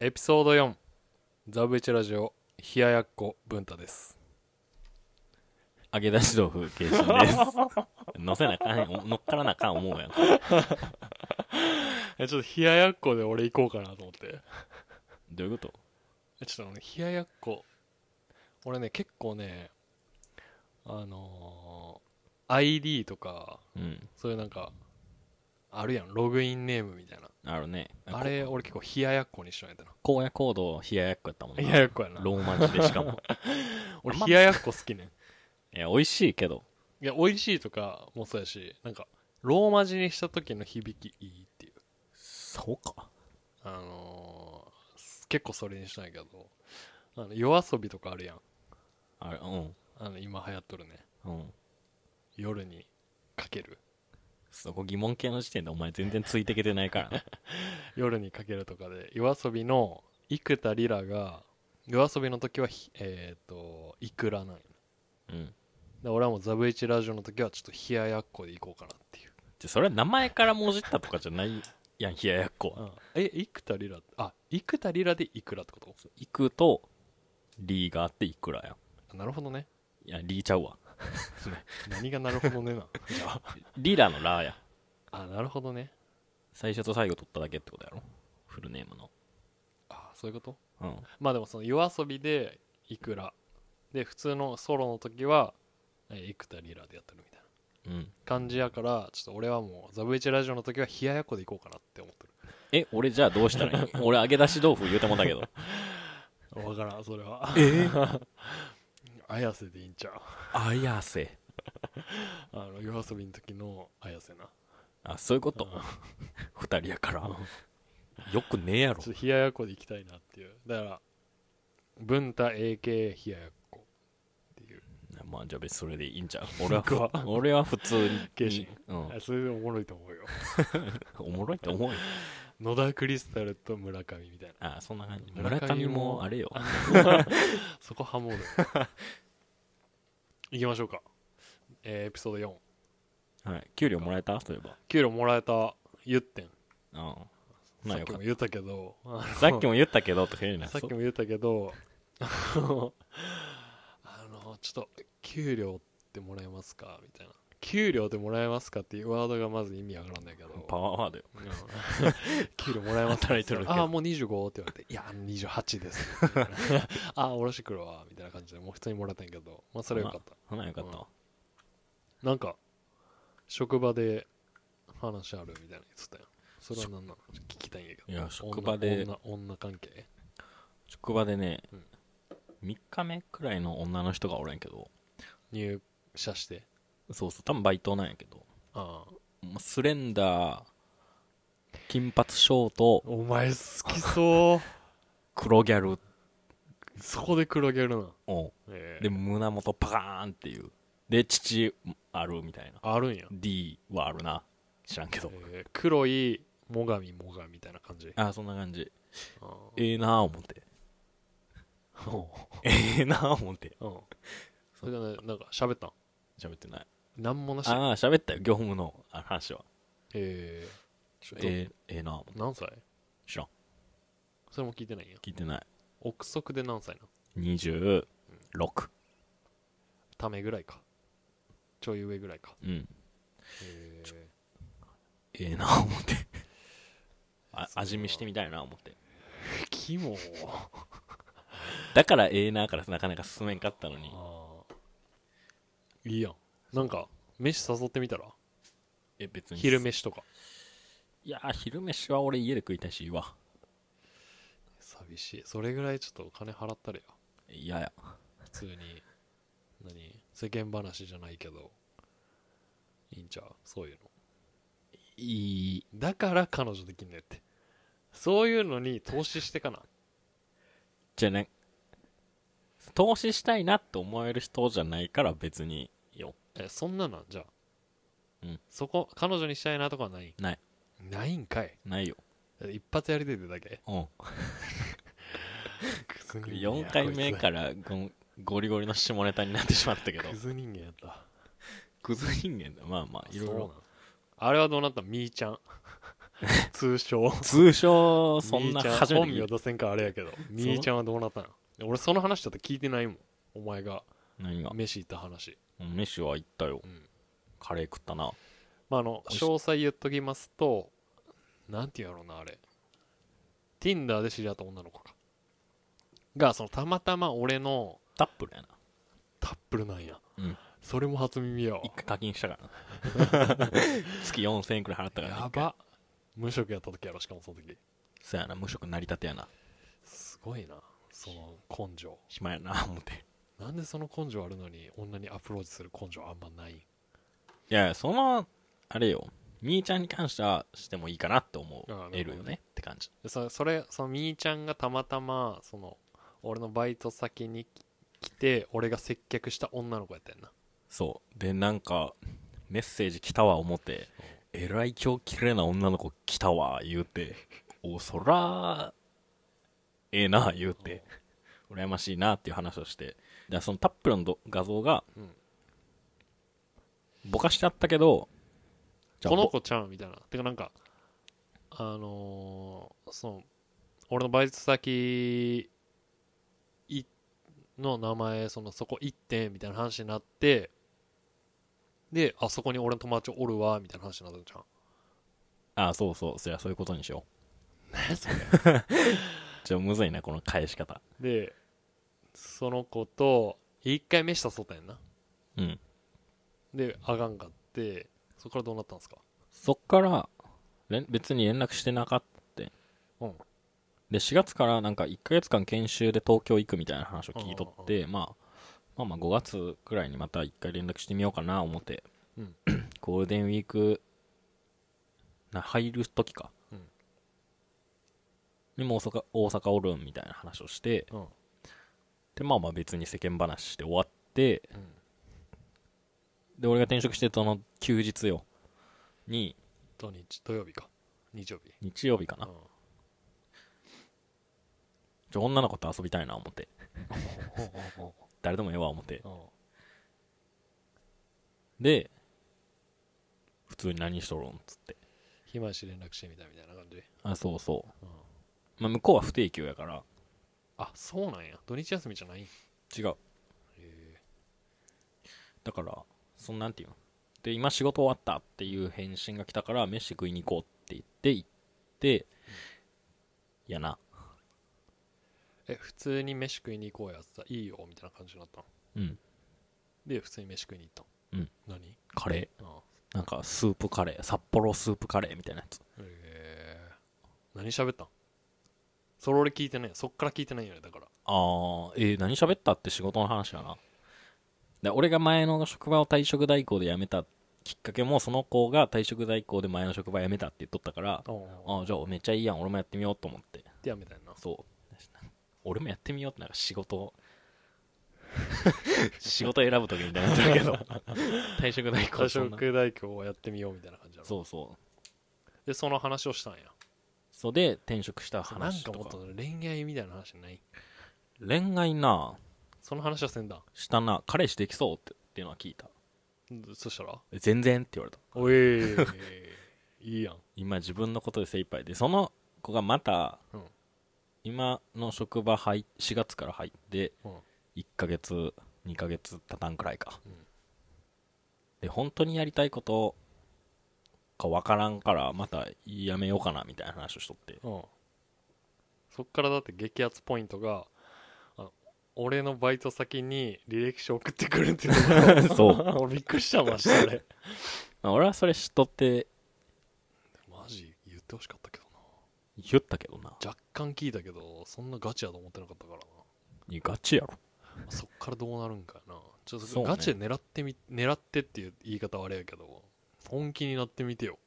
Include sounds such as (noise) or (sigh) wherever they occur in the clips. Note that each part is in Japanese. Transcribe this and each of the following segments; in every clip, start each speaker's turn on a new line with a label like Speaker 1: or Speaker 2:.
Speaker 1: エピソード4ザブイチラジオ冷ややっこ文太です
Speaker 2: 揚げ出し豆腐形式
Speaker 1: (laughs)
Speaker 2: です。乗せなあかん、お乗っからなあかん思うやん。
Speaker 1: えちょっと冷ややっこで俺行こうかなと思って
Speaker 2: どういうこと
Speaker 1: えちょっとね冷ややっこ俺ね結構ねあのー ID とか
Speaker 2: うん。
Speaker 1: そういうなんかあるやんログインネームみたいな
Speaker 2: あるね。
Speaker 1: あれ俺結構冷ややっこにしないとな
Speaker 2: こ荒野行動、冷ややっこやったもん
Speaker 1: (laughs)
Speaker 2: な。
Speaker 1: 冷ややっこやな
Speaker 2: ローマ字でしか
Speaker 1: (laughs)
Speaker 2: も。
Speaker 1: 俺冷ややっこ好きねん
Speaker 2: いや、美味しいけど。
Speaker 1: いや美味しいとかもそうやしなんかローマ字にした時の響きいいっていう
Speaker 2: そうか。
Speaker 1: あのーす結構それにしたんやけどあの夜遊びとかあるやん
Speaker 2: あれ、うん。
Speaker 1: あの今流行っとるね
Speaker 2: うん。
Speaker 1: 夜にかける
Speaker 2: そこ疑問系の時点でお前全然ついてけてないか
Speaker 1: (laughs)
Speaker 2: らな。
Speaker 1: 夜にかけるとかで夜遊びの生田リラが夜遊びの時はひえっ、といくらなんよね
Speaker 2: うん。
Speaker 1: で俺はもうザブイチラジオの時はちょっと冷ややっこでいこうかなっていう、
Speaker 2: じゃ、それは名前からもじったとかじゃないやん、冷ややっこは。
Speaker 1: え生田リラあ生田リラでいくらってこと
Speaker 2: 行くと、リーがあっていくらやん。
Speaker 1: あなるほどね
Speaker 2: いや、リーちゃうわ。
Speaker 1: 何がなるほどねなじゃあ
Speaker 2: リラのラーや。
Speaker 1: (laughs) あなるほどね
Speaker 2: 最初と最後取っただけってことやろ。フルネームの。
Speaker 1: あそういうこと
Speaker 2: うん。
Speaker 1: まあでもその夜遊びでいくらで普通のソロの時はえー生田リラでやってるみたいな
Speaker 2: うん。
Speaker 1: 感じやからちょっと俺はもうザブイチラジオの時は冷ややっこでいこうかなって思って
Speaker 2: え、俺じゃあどうしたらいい (laughs) 俺揚げ出し豆腐言うてもんだけど。 (laughs)
Speaker 1: る分からんそれは
Speaker 2: え
Speaker 1: (laughs) 綾瀬でいいんちゃう
Speaker 2: 綾瀬。
Speaker 1: あの夜遊びの時の綾瀬な
Speaker 2: あ、そういうこと。二人やから。よくねえやろ
Speaker 1: ち。ょっと冷ややっこでいきたいなっていうだから文太 AK 冷ややっこっていう
Speaker 2: まあじゃあ別にそれでいいんじゃん。俺は
Speaker 1: 僕は、
Speaker 2: 俺は普通
Speaker 1: 軽
Speaker 2: に
Speaker 1: 心。
Speaker 2: うん。
Speaker 1: あそれでおもろいと思うよ
Speaker 2: おもろいと思うよ。
Speaker 1: 野田クリスタルと村上みたいな
Speaker 2: あ、そんな感じ。
Speaker 1: 村
Speaker 2: 村
Speaker 1: 上も
Speaker 2: 上もあれ
Speaker 1: (laughs)
Speaker 2: よ。
Speaker 1: そこハモる。 (laughs) 行きましょうか。えーエピソード4。
Speaker 2: はい。給料もらえたそういえば。
Speaker 1: 給料もらえた、言ってん。
Speaker 2: うん。
Speaker 1: さ
Speaker 2: な
Speaker 1: っ
Speaker 2: よ
Speaker 1: き
Speaker 2: か
Speaker 1: も
Speaker 2: っ
Speaker 1: 言ったけど、あ
Speaker 2: た。
Speaker 1: の
Speaker 2: さっきも言ったけど、とか言うな。
Speaker 1: さっき
Speaker 2: そう
Speaker 1: も言ったけど、 (laughs) あの、あのちょっと、給料ってもらえますかみたいな。給料ってもらえますかっていうワードがまず意味わからんないけど。
Speaker 2: パワーワードよ。
Speaker 1: うん給料もらえます
Speaker 2: 働いてるけど
Speaker 1: ああ、もう25って言われて、いや、あの28です。
Speaker 2: (laughs)
Speaker 1: ああ、下ろしてくるわ、みたいな感じで、もう普通にもらえたんやけど、まあ、それはよかった。
Speaker 2: ほなよかったわ。
Speaker 1: なんか、職場で話あるみたいなの言ってたよ。それは何なの聞きたいんやけど。
Speaker 2: いや
Speaker 1: 女
Speaker 2: 職場で
Speaker 1: 女女関係
Speaker 2: 職場でね
Speaker 1: うん、
Speaker 2: 3日目くらいの女の人がおらんやけど、
Speaker 1: 入社して。
Speaker 2: そうそう、多分バイトなんやけど、
Speaker 1: ああ。
Speaker 2: もうスレンダー、金髪ショート、
Speaker 1: お前好きそう。
Speaker 2: 黒ギャル
Speaker 1: (laughs) そこで黒ギャルな。
Speaker 2: を、
Speaker 1: ええ
Speaker 2: で、胸元パカーンっていう。で、父あるみたいな。
Speaker 1: あるんや。
Speaker 2: D はあるな。知らんけど。
Speaker 1: ええ黒い、もがみもがみたいな感じ。
Speaker 2: あ、そんな感じ。
Speaker 1: ああ
Speaker 2: ええなぁ思って。ええなぁ思って。
Speaker 1: うん。それでね、なんか喋ったん
Speaker 2: 喋ってない。
Speaker 1: なんもなし。
Speaker 2: ああ、喋ったよ、業務のあ話は。
Speaker 1: ええ
Speaker 2: ええ、ええなぁ思って。
Speaker 1: 何歳
Speaker 2: 知らん。
Speaker 1: それも聞いてないんや。
Speaker 2: 聞いてない。
Speaker 1: 憶測で何歳なの
Speaker 2: 26。
Speaker 1: ためぐらいか。ちょい上ぐらいか。
Speaker 2: うん。
Speaker 1: ええ
Speaker 2: ええなぁ思って。あ味見してみたいなぁ思って。
Speaker 1: キモ
Speaker 2: だからええなぁからなかなか進めんかったのに。
Speaker 1: いいやんなんか飯誘ってみたら
Speaker 2: え、別に。
Speaker 1: 昼。飯とか
Speaker 2: いやー、昼飯は俺家で食いたいし、いいわ。
Speaker 1: 寂しいそれぐらいちょっと金払ったらよ
Speaker 2: いやや。
Speaker 1: 普通に何世間話じゃないけどいいんちゃうそういうの
Speaker 2: いい。
Speaker 1: だから彼女できんねってそういうのに投資してかな
Speaker 2: じゃあね、投資したいなって思える人じゃないから別によ。
Speaker 1: えそんなのじゃあ、
Speaker 2: うん
Speaker 1: そこ彼女にしたいなとかはない
Speaker 2: ない
Speaker 1: ないんかい
Speaker 2: ないよ。
Speaker 1: 一発やりててだ
Speaker 2: (laughs)
Speaker 1: け
Speaker 2: うん。
Speaker 1: クズ人間や
Speaker 2: 4回目
Speaker 1: こ
Speaker 2: からゴゴリゴリの下ネタになってしまったけ
Speaker 1: いつ
Speaker 2: ど
Speaker 1: ク。ズ人間やった
Speaker 2: クズ人間だ。まあまあ、いろい
Speaker 1: そうな
Speaker 2: ろ (laughs)
Speaker 1: ん。あれはどうなったみーちゃん。通称
Speaker 2: 通称そんな
Speaker 1: みーちゃ
Speaker 2: 初め
Speaker 1: 本
Speaker 2: て
Speaker 1: 名
Speaker 2: 聞い
Speaker 1: 出せんからあれやけどみーちゃんはどうなったの俺その話だって聞いてないもんお前が
Speaker 2: 何が
Speaker 1: 飯行った話、
Speaker 2: 飯は行ったよ
Speaker 1: うん
Speaker 2: カレー食ったな
Speaker 1: まあ、あの
Speaker 2: 美味しい
Speaker 1: 詳細言っときますとなんて言うんやろうなあれ Tinder で知り合った女の子かがそのたまたま俺の
Speaker 2: タップルやな
Speaker 1: タップルなんや、
Speaker 2: うん
Speaker 1: それも初耳やわ
Speaker 2: 一回課金したからな月4000円くらい払ったからな
Speaker 1: や
Speaker 2: 一回
Speaker 1: ば無職やった時やろしかもその時
Speaker 2: そうやな無職成り立てやな
Speaker 1: すごいなその根性
Speaker 2: 暇やな思って
Speaker 1: なんでその根性あるのに女にアプローチする根性あんまないん
Speaker 2: いやそのあれよみーちゃんに関してはしてもいいかなって思う
Speaker 1: ああなるほど
Speaker 2: 得るよねって感じ
Speaker 1: でそそれそのみーちゃんがたまたまその俺のバイト先にき来て俺が接客した女の子やったやんな
Speaker 2: そうでなんかメッセージ来たわ思ってえらい今日綺麗な女の子来たわ言うておそらええな言うて羨ましいなっていう話をしてでそのタップルのど画像が
Speaker 1: うん
Speaker 2: ぼかしてあったけどじゃあ
Speaker 1: この
Speaker 2: ぼ
Speaker 1: 子ちゃんみたいなてかなんかあのーその俺のバイト先いの名前そのそこ行ってみたいな話になってであそこに俺の友達おるわみたいな話になったじゃん
Speaker 2: ああそうそうそりゃそういうことにしよ
Speaker 1: 何
Speaker 2: (laughs)
Speaker 1: それ
Speaker 2: うじゃあむずいなこの返し方
Speaker 1: でその子と一回飯誘ったんやんな
Speaker 2: うん
Speaker 1: であがんかってそこからどうなったんですか
Speaker 2: そっかられん別に連絡してなかったって
Speaker 1: うん
Speaker 2: で4月からなんか1ヶ月間研修で東京行くみたいな話を聞いとって、まあ、まあまあ5月くらいにまた1回連絡してみようかな思って、
Speaker 1: うん
Speaker 2: ゴールデンウィークな入る時か、
Speaker 1: うん
Speaker 2: にも大阪大阪おるんみたいな話をして
Speaker 1: うん
Speaker 2: でまあまあ別に世間話して終わって
Speaker 1: うん
Speaker 2: で俺が転職してその休日よに
Speaker 1: 土日土曜日か日曜日
Speaker 2: 日曜日かな
Speaker 1: うん
Speaker 2: ちょ女の子と遊びたいな思って
Speaker 1: ほうほうほ
Speaker 2: 誰でもええわ思って
Speaker 1: ううん
Speaker 2: で普通に何しとるんっつって
Speaker 1: 暇やし連絡してみたみたいな感じ、
Speaker 2: あそうそ
Speaker 1: う
Speaker 2: う、
Speaker 1: ん、
Speaker 2: まあ、向こうは不定休やから
Speaker 1: あそうなんや土日休みじゃないへ
Speaker 2: 違う
Speaker 1: え
Speaker 2: だからそんなんていうので今仕事終わったっていう返信が来たから飯食いに行こうって言って行って、いやな
Speaker 1: え普通に飯食いに行こうやってたいいよみたいな感じになったの
Speaker 2: うん
Speaker 1: で普通に飯食いに行った
Speaker 2: う
Speaker 1: の
Speaker 2: ん
Speaker 1: 何
Speaker 2: カレ
Speaker 1: あ
Speaker 2: ーなんかスープカレー札幌スープカレーみたいなやつ
Speaker 1: へえ何喋ったんそれ俺聞いてないそっから聞いてないよねだから
Speaker 2: あーえー、何喋ったって仕事の話やなで俺が前の職場を退職代行で辞めたきっかけもその子が退職代行で前の職場辞めたって言っとったから
Speaker 1: あ
Speaker 2: ああじゃあめっちゃいいやん俺もやってみようと思って
Speaker 1: ってやめたいな
Speaker 2: そう俺もやってみようってなんか仕事 (laughs) を仕事選ぶ時みたいになってるけど (laughs) 退職代行
Speaker 1: 会
Speaker 2: そ
Speaker 1: 食
Speaker 2: んな
Speaker 1: 大工をやってみようみたいな感じだろ
Speaker 2: そうそう
Speaker 1: でその話をしたんや
Speaker 2: そうで転職した
Speaker 1: なん
Speaker 2: 話
Speaker 1: か
Speaker 2: と
Speaker 1: もっ
Speaker 2: か
Speaker 1: と恋愛みたいな話ない
Speaker 2: 恋愛な
Speaker 1: その話はせんだ
Speaker 2: したな彼氏できそうってっていうのは聞いた
Speaker 1: んそしたら
Speaker 2: え全然って言われた
Speaker 1: おえーいいやん
Speaker 2: 今自分のことで精一杯でその子がまた、
Speaker 1: うん
Speaker 2: 今の職場入4月から入って
Speaker 1: うん
Speaker 2: 1ヶ月2ヶ月たたんくらいか、
Speaker 1: うん
Speaker 2: で本当にやりたいことか分からんからまたやめようかなみたいな話をしとって
Speaker 1: うんそっからだって激アツポイントがあの俺のバイト先に履歴書送ってくるっていう (laughs) のが
Speaker 2: そう
Speaker 1: 俺びっくりしたましたあれ
Speaker 2: まあ俺はそれ知っとって
Speaker 1: マジ言ってほしかったけどな
Speaker 2: 言ったけどな
Speaker 1: 若干聞いたけどそんなガチやと思ってなかったから
Speaker 2: いやガチやろ
Speaker 1: なそっからどうなるんかやなちょっ
Speaker 2: そ
Speaker 1: と
Speaker 2: うね
Speaker 1: ガチで狙ってみ、狙ってっていう言い方はあれやけど本気になってみてよ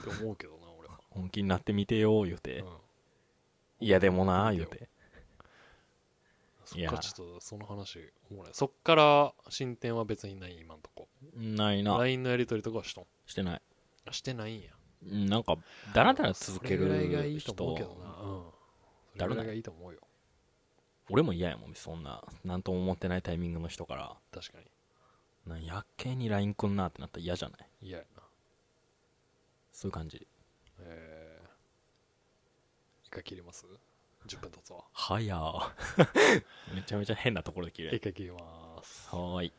Speaker 1: って思うけどな俺
Speaker 2: (laughs)
Speaker 1: は、
Speaker 2: 本気になってみてよ言うて、
Speaker 1: うん、
Speaker 2: いやでもな言うて
Speaker 1: そ
Speaker 2: い
Speaker 1: っ
Speaker 2: や
Speaker 1: からちょっとその話おもろいそっから進展は別にない今んとこ
Speaker 2: ないな
Speaker 1: LINE のやり取りとかはしとん
Speaker 2: してない
Speaker 1: あしてないんや
Speaker 2: うんなんかだらだら続け
Speaker 1: それぐらいがい
Speaker 2: る
Speaker 1: いと思うけど
Speaker 2: 人
Speaker 1: なうんそれぐらいがいいと思うよ
Speaker 2: 俺も嫌やもんそんな何とも思ってないタイミングの人から
Speaker 1: 確かに
Speaker 2: なやっけに LINE くんなってなったら嫌じゃない
Speaker 1: 嫌やな
Speaker 2: そういう感じ
Speaker 1: えー、一回切ります ?10 分経つわ。
Speaker 2: (laughs) はやーめちゃめちゃ変なところで切れ
Speaker 1: 一回切ります。
Speaker 2: はーい